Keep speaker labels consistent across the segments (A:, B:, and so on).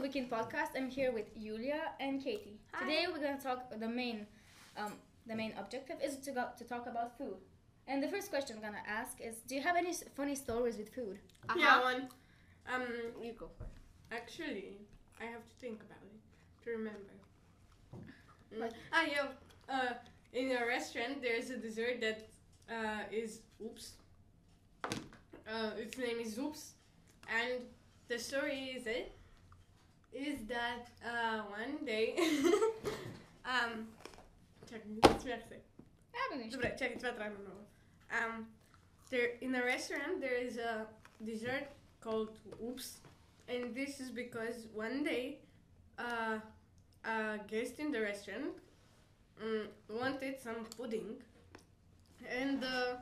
A: Weekend Podcast. I'm here with Julia and Katie.
B: Hi.
A: Today we're gonna talk the main, um, the main objective is to go, to talk about food. And the first question I'm gonna ask is, do you have any s- funny stories with food?
C: Yeah, one. Um,
B: You go first.
C: actually, I have to think about it to remember. Mm.
A: Like-
C: Ah, yeah. Uh, in a restaurant, there's a dessert that uh, is oops. Uh, its name is oops, and the story is it is that uh, one day, um, czekaj, nic mi nie chce. Dobra, czekaj, dwa, trzy, no. Um, there in a restaurant there is a dessert called oops, and this is because one day, uh, a guest in the restaurant um, wanted some pudding, and uh,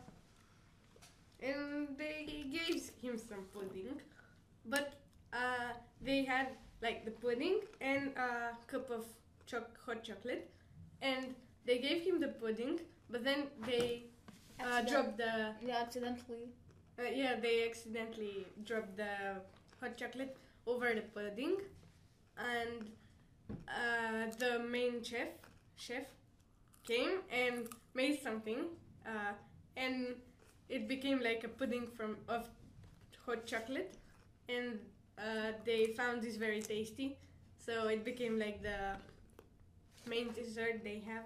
C: and they gave him some pudding, but uh, they had like the pudding and a cup of choc- hot chocolate, and they gave him the pudding, but then they uh, dropped the
A: Yeah, accidentally.
C: uh, yeah, they accidentally dropped the hot chocolate over the pudding, and uh, the main chef chef came and made something, uh, and it became like a pudding from of hot chocolate, and uh, they found this very tasty, so it became like the main dessert they have.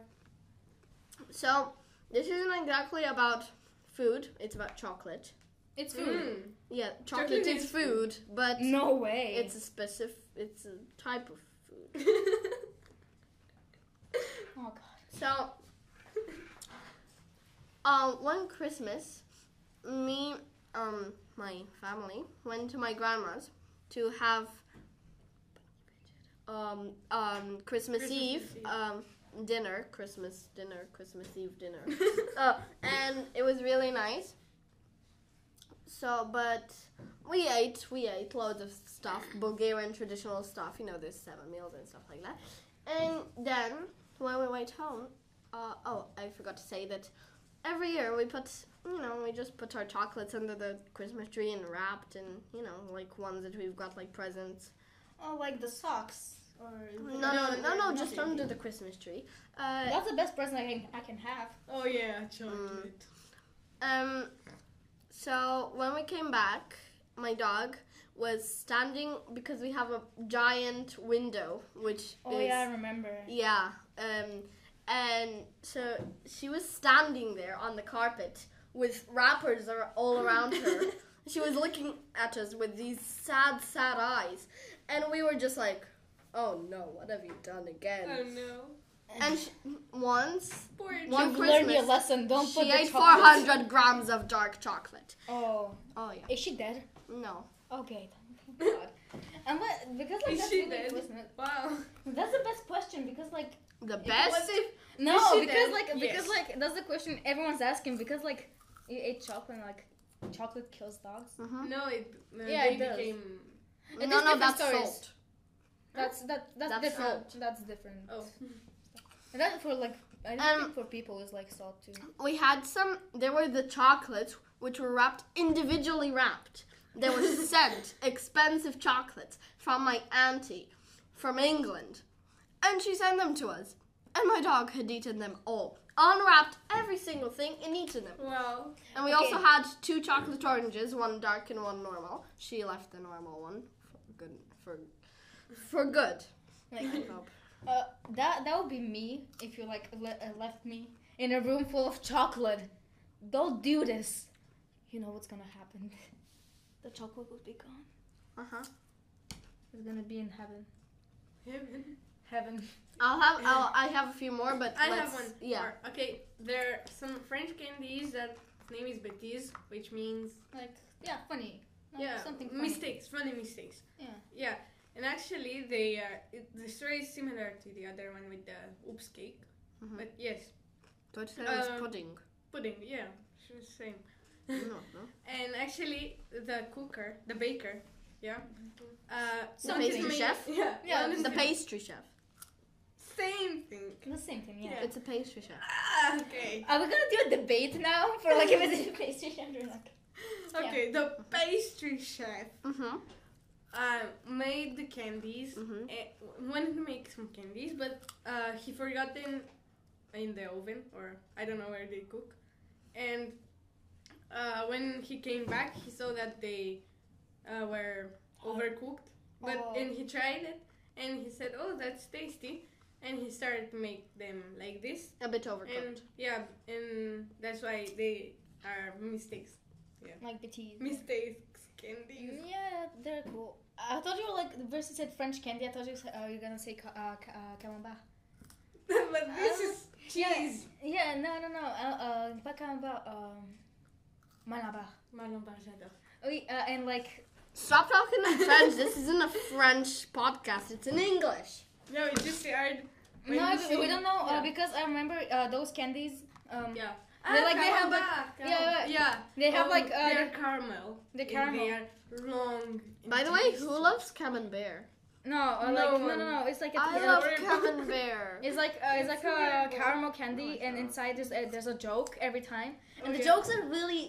B: So this isn't exactly about food. It's about chocolate.
A: It's food.
C: Mm.
B: Yeah, chocolate,
C: Chocolate
B: is
C: is
B: food, but
A: No way.
B: Mm. it's a specific. It's a type of food.
A: oh god.
B: So, uh, one Christmas, me, um, my family went to my grandma's to have um, um, Christmas,
C: Christmas
B: Eve,
C: Eve.
B: um, dinner, Christmas dinner, Christmas Eve dinner. uh, and it was really nice. So, but we ate, we ate loads of stuff, Bulgarian traditional stuff. You know, there's seven meals and stuff like that. And then when we went home, uh, oh, I forgot to say that every year we put, you know, we just put our chocolates under the Christmas tree and wrapped, and you know, like ones that we've got like presents.
A: Oh, like the socks or.
B: No, no, no, no, just
A: nothing.
B: under the Christmas tree. Uh,
A: That's the best present I can I can have.
C: Oh yeah, chocolate.
B: Um, so when we came back, my dog was standing because we have a giant window, which
A: Oh
B: is
A: yeah, I remember.
B: yeah, um, and so she was standing there on the carpet with wrappers ar- all around her. she was looking at us with these sad, sad eyes, and we were just like, "Oh no, what have you done again?"
C: Oh no,
B: and she, once
C: poor
B: One
A: You've learned your
B: Christmas,
A: lesson. Don't put
B: she
A: the
B: ate four
A: chocolate-
B: hundred grams of dark chocolate.
A: Oh,
B: Oh yeah.
A: is she dead?
B: No.
A: Okay. Thank God. And what, because like
C: Is
A: that's
C: she
A: really
C: dead?
A: wasn't it?
C: Wow.
A: That's the best question because like
B: The
A: was-
B: best?
A: no
C: she
A: because
C: dead?
A: like because
C: Yes.
A: like that's the question everyone's asking because like you ate chocolate and, like chocolate kills dogs.
B: Mhm.
C: No, it no,
A: Yeah,
C: they
A: it does.
C: became
A: It is
B: No, no,
A: different
B: that's
A: stories.
B: salt.
A: That's that that's,
B: That's
A: different.
B: salt.
A: That's different.
C: oh
A: And that for like I don't
B: Um,
A: think for people is like salt too.
B: We had some, there were the chocolates, which were wrapped, individually wrapped. They were sent, expensive chocolates, from my auntie from England. And she sent them to us. And my dog had eaten them all. Unwrapped every single thing and eaten them.
C: wow.
B: And we
A: Okay.
B: also had two chocolate oranges, one dark and one normal. She left the normal one for good. For, for good.
A: Like uh, that that would be me if you like le- uh, left me in a room full of chocolate. Don't do this. You know what's gonna happen. The chocolate will be gone.
B: Uh
A: Uh-huh.
B: huh.
A: It's gonna be in heaven.
C: Heaven.
A: Heaven.
B: I'll have I'll, I have a few more, but
C: I
B: let's,
C: have one.
B: Yeah,
C: more. Okay, there are some French candies that name is bêtises, which means
A: Like yeah, funny. Like,
C: yeah
A: something funny.
C: mistakes, funny mistakes.
A: Yeah.
C: Yeah, and actually they are it, the story is similar to the other one with the oops cake,
A: Mm-hmm.
B: Mhm.
C: but yes,
B: thought that was
C: Um,
B: pudding.
C: pudding. Yeah, she was same.
B: no, no.
C: And actually, the cooker, the baker,
A: The
C: yeah, uh, wanted to
A: pastry
C: make-
B: chef?
C: Yeah,
A: Yeah,
C: wanted
B: The
C: to-
B: pastry chef.
C: Same thing.
A: The same thing. Yeah.
C: Yeah.
B: It's a pastry chef.
C: Ah, okay.
A: Are we gonna do a debate now for like if it's a pastry chef or not?
C: Okay, the pastry chef
B: Mm-hmm.
C: uh, ma- made the candies.
B: Mhm.
C: Eh, wanted to make some candies, but uh, he forgot them in the oven, or I don't know where they cook. And uh, when he came back, he saw that they uh, were overcooked. But
A: Oh.
C: and he tried it, and he said, "Oh, that's tasty." And he started to make them like this,
B: A bit overcooked.
C: and yeah, and that's why they are mistakes,
A: Like petite.
C: mistakes candies.
A: Yeah, they're cool. I thought you were like, versus said French candy. I thought you said, uh, you're gonna say ca- uh, ca- uh, camembert.
C: but this is cheese.
A: Oh. Yeah, no, no, no. Uh, uh, pas camembert, um, malabar.
C: Malon j'adore.
A: Oui, uh, and like,
B: Stop talking in French. this isn't a French podcast. It's in English.
C: No, it's just the art. when
A: no,
C: you
A: we-
C: say-
A: we don't know uh,
C: yeah.
A: because I remember uh, those candies. Um,
C: Yeah. Ah,
A: They like- they have, like-
C: Caramel.
A: yeah, yeah.
C: yeah.
A: They have
C: Um,
A: like uh,
C: they're caramel.
A: the
C: And They
A: caramel.
C: are long. and
B: By the way,
C: tasty.
B: who loves camembert?
A: No, uh,
C: No
A: like no,
C: one.
A: no, no. It's like a
B: I
A: it's
B: love
A: like-
B: camembert.
A: It's like uh, it's Oh
C: It's
A: like a
C: horrible.
A: caramel candy,
B: it's
A: and
B: not.
A: inside there's a, there's a joke every time, and the
C: Okay.
A: jokes are really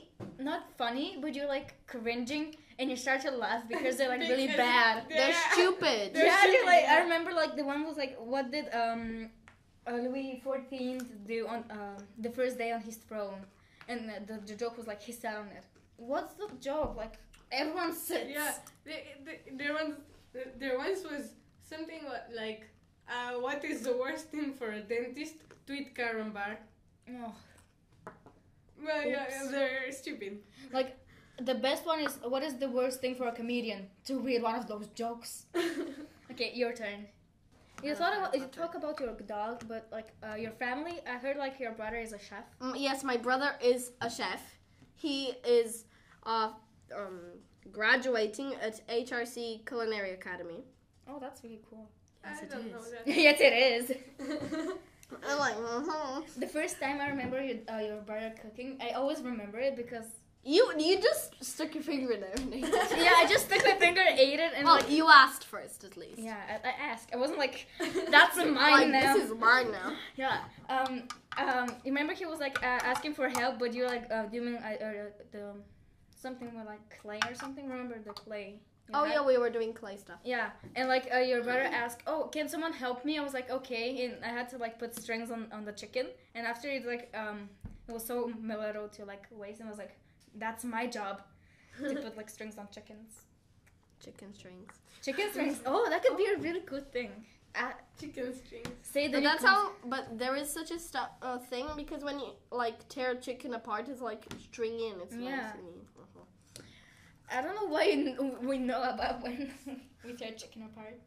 A: not funny, but you're like cringing, and you start to laugh because they're like really
C: Because
A: bad.
B: They're stupid.
C: They're
A: yeah, dude,
C: stupid,
A: like I
C: yeah.
A: remember like the one was like, what did um uh, Louis XIV do on um the first day on his throne? And uh, the, the joke was like he sat on it. What's the joke? Like everyone sits.
C: Yeah. They, they, their ones. Their ones was something wa- like. Uh, what is the worst thing for a dentist? To eat carambar.
A: Ugh.
C: Well, yeah, yeah,
A: Oops.
C: they're stupid.
A: Like the best one is what is the worst thing for a comedian to read one of those jokes? Okay, your turn. You
B: Uh,
A: thought about,
B: my
A: you
B: turn.
A: talk about your dog, but like uh, your family. I heard like your brother is a chef.
B: Mm, yes, my brother is a chef. He is uh, um, graduating at HRC Culinary Academy.
A: Oh, that's really cool.
B: Yes,
C: I
B: it
C: don't
B: is.
A: yes, it is.
C: know
B: I'm like, mhm.
A: The first time I remember your, uh, your brother cooking, I always remember it because
B: you you just stuck your finger in there.
C: that.
A: yeah, I just took my finger, ate it, and
B: Well,
A: like
B: you asked first at least.
A: yeah, I, I asked. I wasn't like that's mine
B: like,
A: now.
B: This is mine now.
A: yeah. Um. Um. You remember he was like uh, asking for help, but you're like uh, doing uh, uh, the something with like clay or something. Remember the clay? you
B: Oh
A: had?
B: yeah, we were doing clay stuff.
A: Yeah, and like uh, your brother asked, "Oh, can someone help me?" I was like, "Okay," and I had to like put strings on on the chicken. And after it, like um, it was so mellow to like waste, and I was like, "That's my job to put like strings on chickens."
B: Chicken strings.
A: Chicken strings. Oh, that could be a really good thing. Uh,
C: Chicken strings.
A: say the
B: But
A: new
B: that's
A: cons-
B: how. But there is such a stu- uh, thing because when you like tear a chicken apart, it's like stringy and it's
A: Yeah.
B: nice and neat. Mhm.
A: I don't know why you kn- we know about when we tear chicken apart.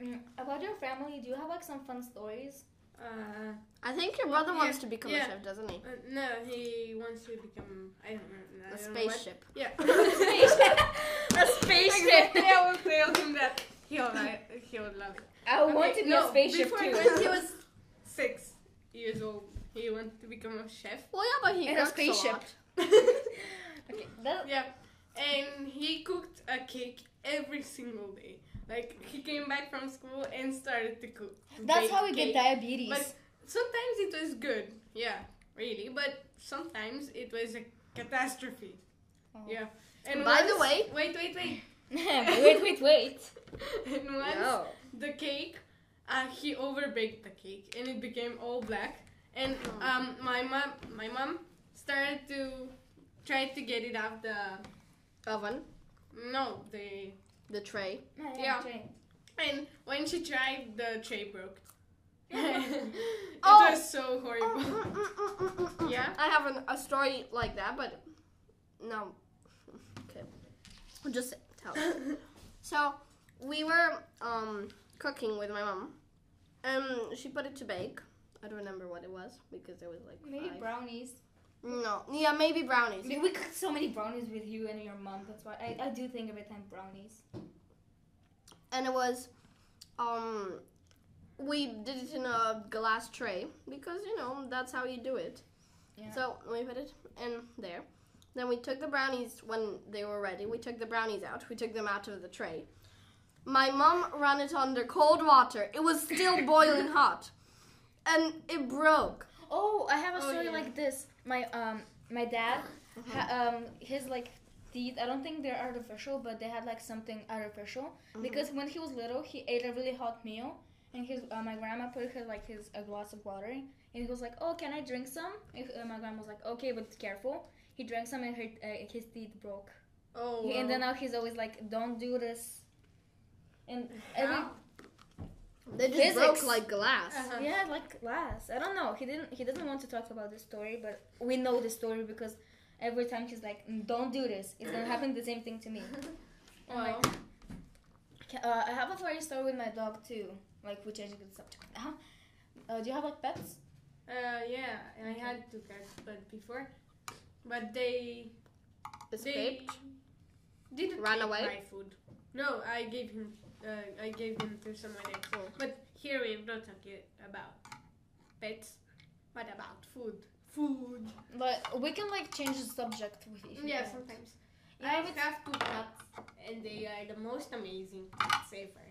A: Mm, About your family, do you have like some fun stories?
C: Uh,
B: I think your brother
C: Yeah,
B: wants to become a
C: yeah.
B: chef, doesn't he?
C: uh, no, he wants to become. I don't know. I
B: A
C: don't know what.
B: spaceship.
C: Yeah.
A: Spaceship. a spaceship.
C: Exactly, I will tell him that. He'll, li- he'll love it.
A: I
C: Okay,
A: want to be
C: no,
A: a spaceship
C: before
A: too.
C: When he was six years old, he wanted to become a chef.
B: Well, yeah, but he
A: And a
B: cooks
A: spaceship.
B: a lot.
A: Okay, that,
C: yeah. And he cooked a cake every single day. Like, he came back from school and started to cook.
A: that's
C: bake
A: how we get
C: cake.
A: diabetes.
C: But sometimes it was good. Yeah, really. But sometimes it was a catastrophe.
A: Oh.
C: Yeah. And
B: By the
C: once-
B: way-
C: Wait, wait, wait.
A: wait, wait, wait.
C: and once
B: No.
C: the cake, uh, he overbaked the cake and it became all black. And
B: Oh.
C: um, my mom, my mom started to try to get it out the
B: Oven,
C: no the
B: the tray.
C: Yeah. and when she tried the tray broke. it
B: Oh.
C: was so horrible. Yeah.
B: I have an, a story like that, but no. Okay. Just tell. it. So we were um, cooking with my mom, and she put it to bake. I don't remember what it was because it was like
A: Maybe
B: five.
A: brownies.
B: no, yeah, maybe brownies.
A: We cooked so many brownies with you and your mom. That's why I, I do think every time brownies.
B: and it was um we did it in a glass tray because you know that's how you do it
A: Yeah.
B: so we put it in there then we took the brownies when they were ready we took the brownies out we took them out of the tray my mom ran it under cold water it was still boiling hot and it broke
A: Oh, I have a
C: Oh,
A: story
C: yeah. Uh-huh.
A: like this. My um, my dad, ha- um, his like teeth. I don't think they're artificial, but they had like something artificial
C: Uh-huh.
A: because when he was little, he ate a really hot meal, and his uh, my grandma put her like his a glass of water, and he was like, "Oh, can I drink some?" And, uh, my grandma was like, "Okay, but careful." He drank some, and her, uh, his teeth broke.
C: Oh.
A: And
C: wow.
A: then now he's always like, "Don't do this." And every,
C: How?
B: They just
A: Physics.
B: broke like glass.
C: Uh-huh.
A: yeah, like glass. I don't know. He didn't. He doesn't want to talk about the story, but we know the story because every time he's like, "Mm, "Don't do this. It's gonna happen the same thing to me." I'm
C: Wow.
A: like, "Ca- uh, I have a funny story with my dog too. Like, we changed the subject now. Uh, do you have like pets?
C: Uh, yeah, and I had two cats, but before, but they
B: Escaped.
C: They didn't
B: Ran
C: take
B: away?
C: My food. No, I gave him. Uh, I gave him to someone else.
B: Oh.
C: But here we're not talking about pets, but about food. Food.
A: Like, we can like change the subject with you.
C: Yeah,
A: want.
C: sometimes.
A: Yeah,
C: I
A: but-
C: have two cats, and they are the most amazing cats ever.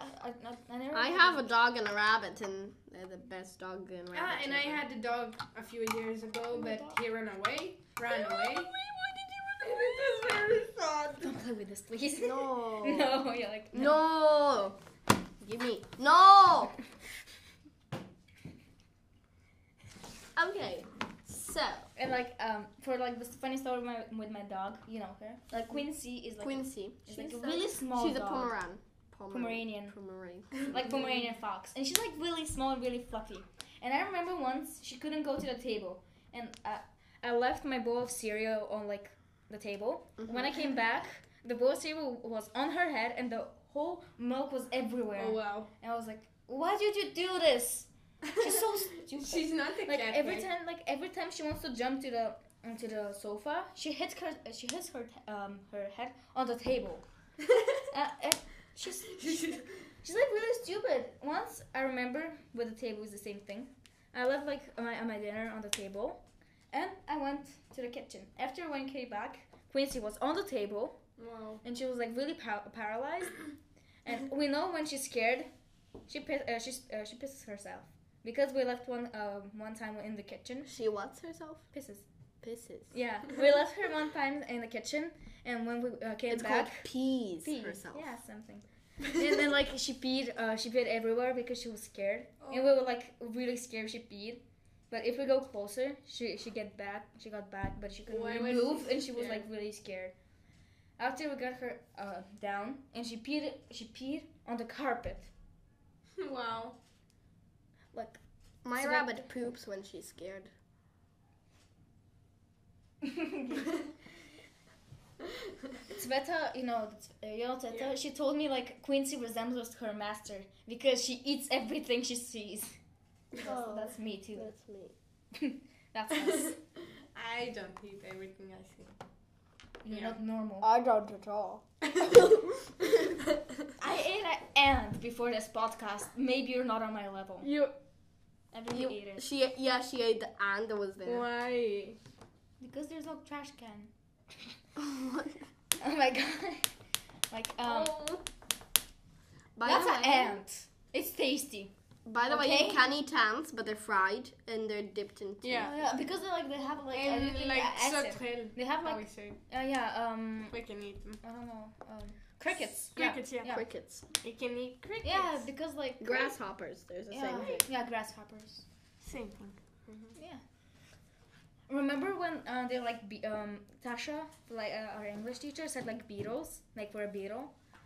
A: uh, I, I, I, I, never
B: I have a dog and a rabbit, and they're the best dog and rabbit.
C: Ah, and I
B: ever.
C: had a dog a few years ago,
A: my
C: but
A: God.
C: he ran away. Ran away.
B: It was very sad.
A: Don't play with this, please.
B: No.
A: no. You're like no.
B: No. Give me. No. Okay. So
A: And like um for like this funny story with my, with my dog, you know her. Like Quincy is like
B: Quincy.
A: She's like a really small
B: She's a
A: dog.
B: Pomeran. Pomeran.
A: Pomeranian.
B: Pomeranian.
A: Like Pomeranian fox. And she's like really small, really fluffy. And I remember once she couldn't go to the table. And I, I left my bowl of cereal on like the table.
C: Mm-hmm.
A: When I came back, the bowl of cereal was on her head and the whole milk was everywhere.
C: Oh wow.
A: And I was like, why did you do this? She's so stupid.
C: She's not a
A: like
C: cat.
A: every
C: man.
A: time like every time she wants to jump to the onto the sofa, she hits her she hits her t- um her head on the table. Uh, and she's She's like really stupid. Once I remember with the table was the same thing. I left like my my dinner on the table, and I went to the kitchen. After when I came back, Quincy was on the table
C: wow.
A: and she was like really par- paralyzed. and we know when she's scared, she piss- uh, she uh, she pisses herself because we left one um, one time in the kitchen.
B: She what's herself?
A: Pisses.
B: Pisses.
A: Yeah, we left her one time in the kitchen, and when we uh, came
B: It's
A: back,
B: called peas,
A: pee.
B: herself.
A: Yeah, something. and then like she peed, uh, she peed everywhere because she was scared, and we
C: Oh.
A: were like really scared she peed. But if we go closer, she she get back, she got back, but she couldn't
C: Why
A: really
C: was she
A: move,
C: so
A: and she was
C: scared?
A: like really scared. After we got her uh, down, and she peed, she peed on the carpet.
C: Wow.
A: Like
B: My
A: So like-
B: rabbit poops when she's scared.
A: Sveta, you know, uh, you know Sveta. She told me like Quincy resembles her master because she eats everything she sees. That's,
B: Oh.
A: that's me too.
B: That's me.
A: That's us.
C: I don't eat everything I see.
A: You're
C: Yeah.
A: not normal.
B: I don't at all.
A: I ate an ant before this podcast. Maybe you're not on my level.
B: You,
A: I really
B: you
A: ate it.
B: she yeah she ate the and that was there.
C: Why?
A: Because there's no trash can.
B: By
A: Oh my god. Like um
C: Oh,
A: that's
B: the
A: an
B: way,
A: ant. It's tasty.
B: By the way,
A: Okay.
B: you can eat ants, but they're fried and they're dipped in. tea.
C: Yeah.
A: Oh, yeah, because they like they have like
C: and
A: everything
C: like
A: a- acid.
C: sauterelles.
A: They have
C: How we
A: like
C: say it.
A: uh, yeah um
C: we can eat them.
A: I don't know um crickets. Yeah.
C: Crickets, yeah.
A: Yeah.
B: Crickets.
C: We can eat crickets.
A: Yeah, because like
B: Grasshoppers, there's the
A: yeah,
B: same thing.
A: yeah, grasshoppers.
C: Same thing.
A: Yeah. Remember when uh, they like be- um Tasha, like uh, our English teacher said like beetles, like for a beetle.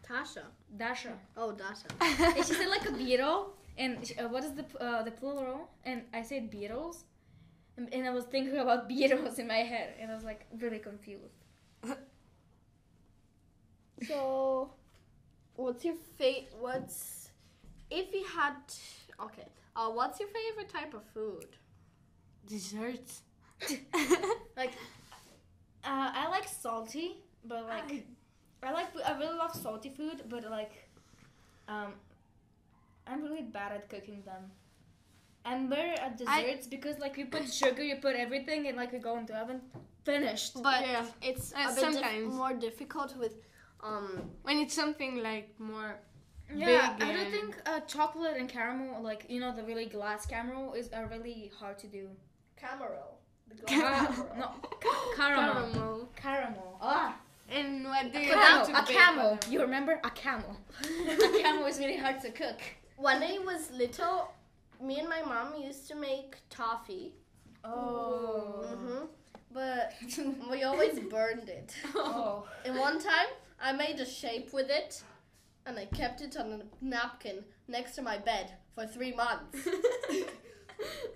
B: Tasha.
A: Dasha.
B: Oh, Dasha.
A: and she said like a beetle, and she, uh, what is the p- uh, the plural? And I said beetles, and, and I was thinking about beetles in my head, and I was like really confused.
B: So, what's your favorite? What's if you had? Okay. Uh, what's your favorite type of food?
C: Desserts.
A: Like, uh, I like salty, but like I like I really love salty food, but like, um, I'm really bad at cooking them. I'm better at
B: I-
A: desserts because like you put sugar, you put everything, and like we go into oven, finished.
B: But
C: Yeah.
B: it's
C: Uh,
B: a bit dif-
C: sometimes.
B: more difficult with um
C: When it's something like more.
A: Yeah,
C: Big
A: I don't
C: and-
A: think uh, chocolate and caramel, like you know, the really glass caramel is are really hard to do.
B: Camaro.
A: Ah, no, ca- caramel.
C: Caramel.
A: Caramel. Ah,
C: And what do you
A: camel.
C: have to
A: A
C: bake
A: camel.
C: for them?
A: You remember a camel? a camel is really hard to cook.
B: When I was little, me and my mom used to make toffee.
A: Oh. Mm-hmm.
B: hmm But we always burned it.
A: oh.
B: And one time, I made a shape with it, and I kept it on a napkin next to my bed for three months.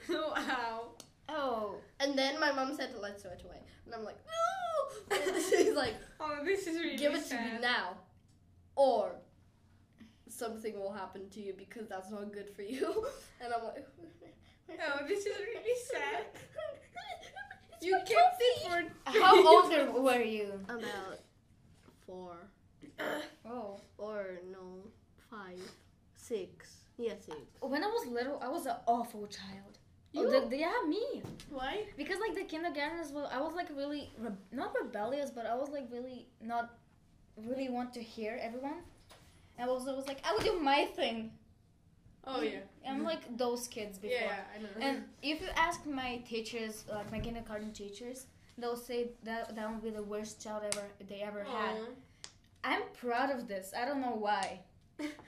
C: wow.
A: Oh.
B: And then my mom said, "Let's throw it away," and I'm like, "No!" And she's like,
C: Oh, this is really
B: "Give it to me
C: sad.
B: now, or something will happen to you because that's not good for you." And I'm like,
C: Oh, this is really sad.
B: It's
C: You
B: my
C: kept it
B: toffee.
C: for
A: How older were you?
B: about four
A: Oh.
B: or no five, six. Yeah, six.
A: When I was little, I was an awful child. Oh,
B: You?
A: the, the- yeah, me.
B: Why?
A: Because like the kindergartners, well, I was like really re- not rebellious, but I was like really not really want to hear everyone. I was always like, I will do my thing.
C: Oh yeah.
A: I'm like those kids
C: Yeah,
A: before.
C: I know.
A: And if you ask my teachers, like my kindergarten teachers, they'll say that that would be the worst child ever they ever had. I'm proud of this. I don't know why.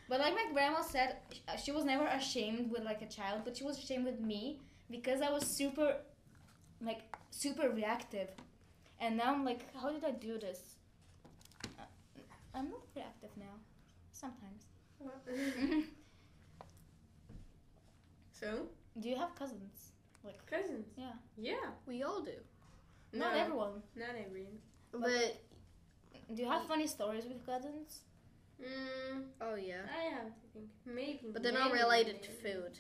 A: But like my grandma said, sh- uh, she was never ashamed with like a child, but she was ashamed with me because I was super, like super reactive, and now I'm like, how did I do this? Uh, I'm not reactive now, sometimes.
C: so
A: do you have cousins? Like,
C: cousins.
A: Yeah.
C: Yeah.
B: We all do,
A: not everyone.
C: Not everyone.
B: but
A: Do you have funny stories with cousins?
C: Mm,
B: oh yeah.
C: I have to think. Maybe.
B: But they're not
C: maybe,
B: related to
C: maybe.
B: food.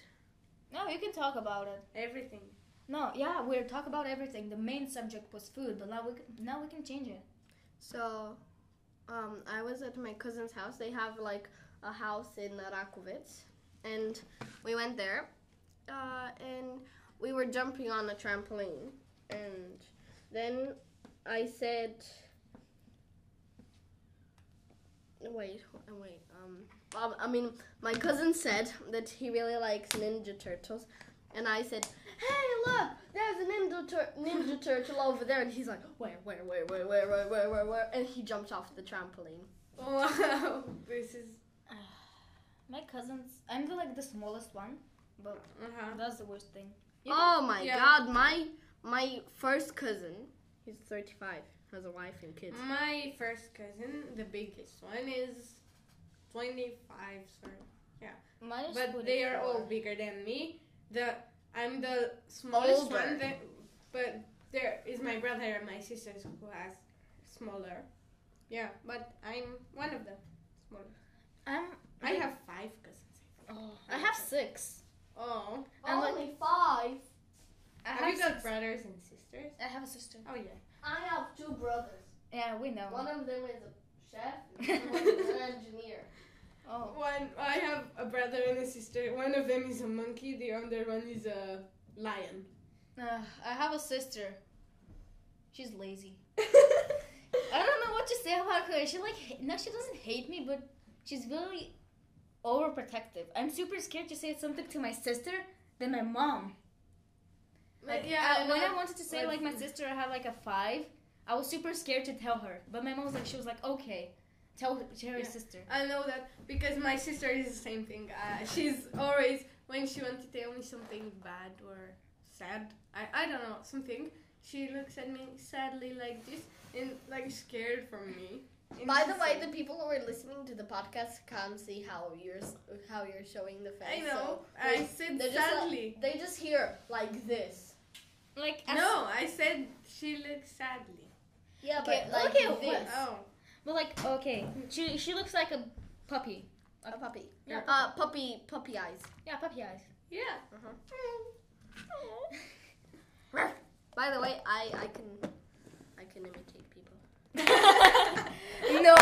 A: No, you can talk about it.
C: Everything.
A: No, yeah, we're talking about everything. The main subject was food, but now we can, now we can change it.
B: So, um, I was at my cousin's house. They have like a house in Rakovec, and we went there, uh, and we were jumping on a trampoline, and then I said, "Wait, wh- wait." Um, um, I mean, my cousin said that he really likes Ninja Turtles, and I said, "Hey, look, there's a Ninja tur- Ninja Turtle over there," and he's like, "Where, where, where, where, where, where, where, where, where?" And he jumped off the trampoline.
C: Wow. This is.
A: My cousins, I'm the, like the smallest one, but
C: Uh huh.
A: that's the worst thing. You
B: Oh my
C: yeah.
B: God, my my first cousin, he's 35, has a wife and kids.
C: My first cousin, the biggest one, is 25. Sorry.
A: Mine is
C: But
A: 44.
C: they are all bigger than me. The I'm the smallest
B: Older.
C: one. That, but there is my brother and my sisters who has smaller. Yeah, but I'm one of the smaller.
A: I'm.
C: I have five cousins.
A: Oh,
B: Mm.
A: I have six.
C: Oh,
A: I'm like-
B: five.
A: I
C: have,
A: have
C: you got
A: six-
C: brothers and sisters?
A: I have a sister.
C: Oh yeah.
B: I have two brothers.
A: Yeah, we know.
B: One of them is a chef, and one is an engineer.
A: Oh,
C: One I have a brother and a sister. One of them is a monkey. The other one is a lion.
A: uh, I have a sister. She's lazy. I don't know what to say about her. She like ha- no, she doesn't hate me, but she's really overprotective. I'm super scared to say something to my sister than my mom. Like,
C: But yeah,
A: I-
C: uh, I
A: when I
C: know.
A: wanted to say
C: Like-
A: like my sister, I had like a five. I was super scared to tell her, but my mom was like, she was like, okay, tell her, to her
C: Yeah.
A: sister.
C: I know that because my sister is the same thing. Uh, she's always when she wants to tell me something bad or sad. I I don't know something. She looks at me sadly like this and like scared from me. And
B: By
C: she's
B: the way,
C: like-
B: the people who are listening to the podcast can't see how you're s- how you're showing the face.
C: I know.
B: so
C: I
B: they-
C: said
B: they're just
C: sadly.
B: like- they just hear like this.
A: Like I
C: no, I said she looks sadly.
B: Yeah,
A: Okay,
B: but like
A: okay, what-
B: this.
C: Oh,
A: But like, okay, she she looks like a puppy.
B: A puppy.
A: Yeah.
B: Uh, puppy, puppy eyes.
A: Yeah, puppy eyes.
C: yeah.
A: Mm.
B: By the way, I I can I can imitate people.
A: no,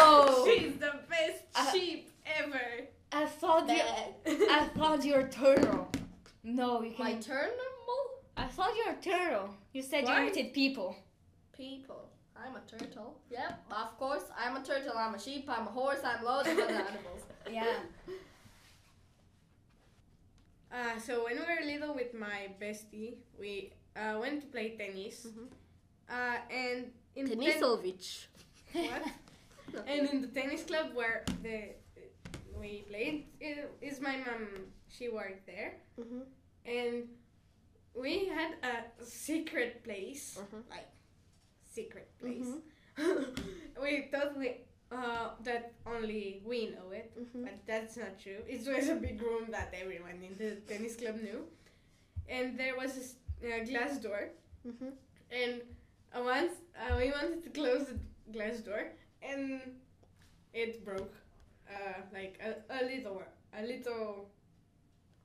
C: She's the best
A: Uh,
C: sheep ever.
A: I thought you.
B: uh,
A: I thought you're a turtle. No, you
B: My
A: can't.
B: turn,
A: I thought you're a turtle. You said
C: Why?
A: you hated people.
B: people. I'm a turtle. Yep, of course. I'm a turtle. I'm a sheep. I'm a horse. I'm loads of other animals.
A: Yeah.
C: Uh, so when we were little with my bestie, we uh, went to play tennis.
B: Mhm.
C: Uh, and in ten-
B: Tenisovic.
C: what? and in the tennis club where the we played i- is my mom. She worked there,
A: Mm-hmm.
B: Mhm.
C: and we had a secret place,
A: Mm-hmm.
B: Mhm.
C: like secret place. we totally uh, that only we know it,
A: Mm-hmm.
B: Mhm.
C: but that's not true. It was a big room that everyone in the tennis club knew, and there was a s- a glass door
A: Mm-hmm.
B: Mhm.
C: and uh, once uh, we wanted to close the glass door, and it broke, uh, like a, a little, a little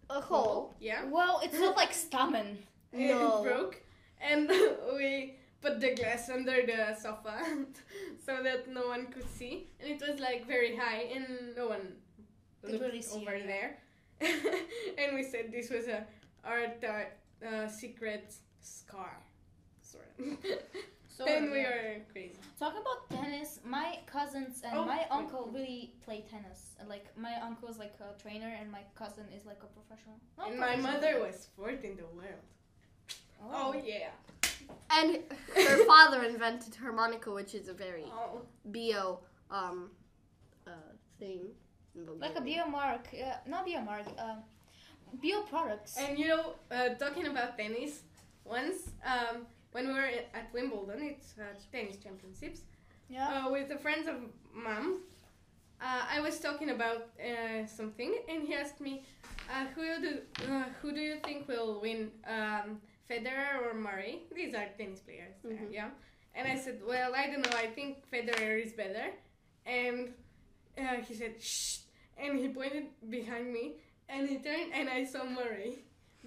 B: A hole.
A: Mm-hmm.
C: Yeah,
A: Well, it's not like stomach.
B: No.
C: it broke, and we put the glass under the sofa so that no one could see, and it was like very high, and no one
A: Could
C: looked
A: really see
C: over
A: it, yeah.
C: there, and we said this was a our ti- uh, secret scar, sort of.
A: So
C: and we
A: yeah.
C: are crazy.
A: Talking about tennis, my cousins and
C: Oh,
A: my
C: wait.
A: uncle really play tennis. And, Like my uncle is like a trainer, and my cousin is like a professional. Not
C: And my
A: professional.
C: mother was fourth in the world.
A: Oh,
C: yeah.
B: And her father invented harmonica, which is a very
C: Oh.
B: bo um uh thing. in
A: like a
B: Bulgaria.
A: biomark, uh, not biomark, um, bio products.
C: And you know, uh, talking about tennis, once um, when we were at Wimbledon, it's uh, tennis championships,
A: yeah.
C: uh, with the friends of mom, uh, I was talking about uh, something, and he asked me, uh, "Who do uh, who do you think will win, um, Federer or Murray?" These are tennis players, there,
B: Mhm.
C: yeah. And I said, "Well, I don't know. I think Federer is better." And uh, he said, "Shh," and he pointed behind me, and he turned, and I saw Murray,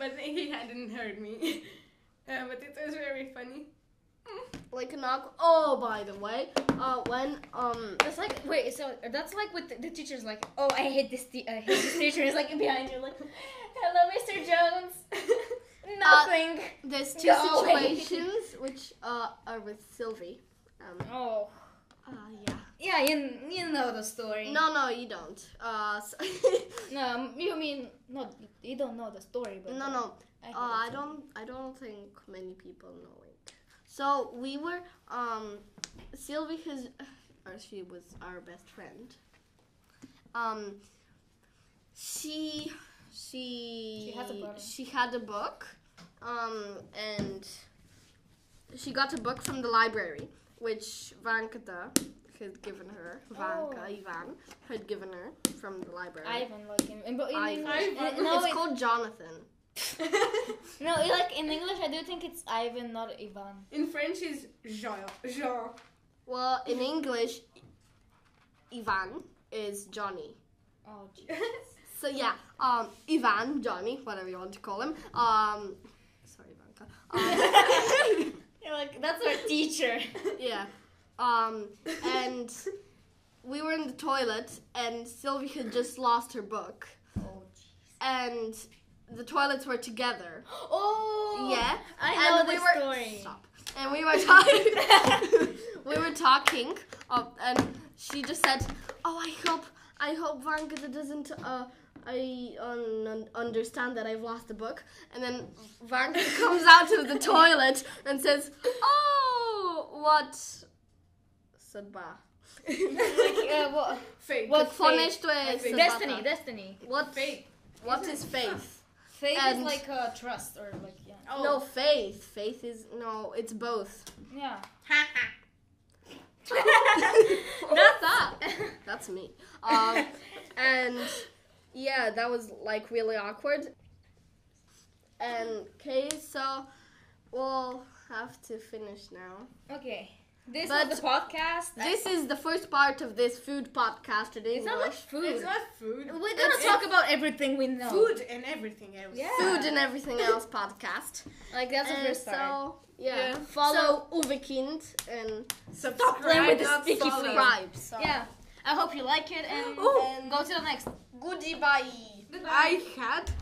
C: but he hadn't heard me. uh, but it was very funny.
B: like a knock. Oh, by the way, uh, when um
A: That's like wait, so that's like with the, the teacher's like, oh, I hate this, te- I hate this teacher. It's like behind you, like, hello, Mr. Jones. Nothing.
B: there's two
A: Go away.
B: situations which uh are with Sylvie. Um,
A: oh,
B: uh, yeah.
A: yeah, you you know the story.
B: No, no, you don't. Uh, so
A: no, um, you mean no? You don't know the story, but
B: no, no.
A: I,
B: Uh,
A: hate
B: I
A: it.
B: don't. I don't think many people know it. So we were um, Sylvie has, or she was our best friend. Um, she
A: She
B: she
A: has a book.
B: she had a book, um, and she got a book from the library, which Vankata had given her. Vanka
A: Oh.
B: Ivan had given her from the library.
A: Ivan, like in, in, but in
B: Ivan.
A: English,
C: Ivan.
A: uh, no,
B: it's
A: it,
B: called Jonathan.
A: no, it, like in English, I do think it's Ivan, not Ivan.
C: In French is Jean. Jean.
B: Well, in English, Ivan is Johnny.
A: Oh, gee.
B: So yeah, um, Ivan, Johnny, whatever you want to call him. Um, sorry, Ivanka. Um,
A: You're like that's our teacher.
B: yeah. Um, and we were in the toilet, and Sylvie had just lost her book,
A: Oh, gee.
B: and the toilets were together.
A: oh
B: Yeah,
A: I
B: and
A: know
B: we
A: the
B: were,
A: story.
B: Stop. And we were talking. we were talking, uh, and she just said, "Oh, I hope, I hope Vangata doesn't." Uh, I un- un- understand that I've lost the book, and then Vangata comes out of the toilet and says, "Oh, what?" Судьба.
A: like, uh, what,
C: Fake.
A: what fate?
B: Фонечто е
C: Fate.
B: съдбата.
A: Destiny, destiny.
B: What
C: Fake.
B: What is faith?
A: Faith
B: And-
A: is like uh, trust or like yeah.
C: Oh.
B: No, faith. Faith is no. It's both.
A: Yeah.
B: That's up. That's me.
A: Uh,
B: Um, and yeah, that was like really awkward. And okay, so we'll have to finish now.
A: Okay. This
B: But-
A: was the podcast.
B: This is the first part of this food podcast in
A: it's not like
B: English.
A: food.
C: It's not food.
A: We're gonna talk about everything we know.
C: Food and everything else.
A: Yeah.
B: Food and everything else podcast.
A: Like that's the
B: and
A: first part.
B: so yeah,
C: Yeah.
B: follow Uwe Kind and
C: Subscribe.
A: playing with the
C: not
A: sticky
C: follow.
A: fruit.
B: subscribe. So.
A: Yeah. I hope you like it and,
B: Ooh.
A: and go to the next.
B: Goodbye.
C: I had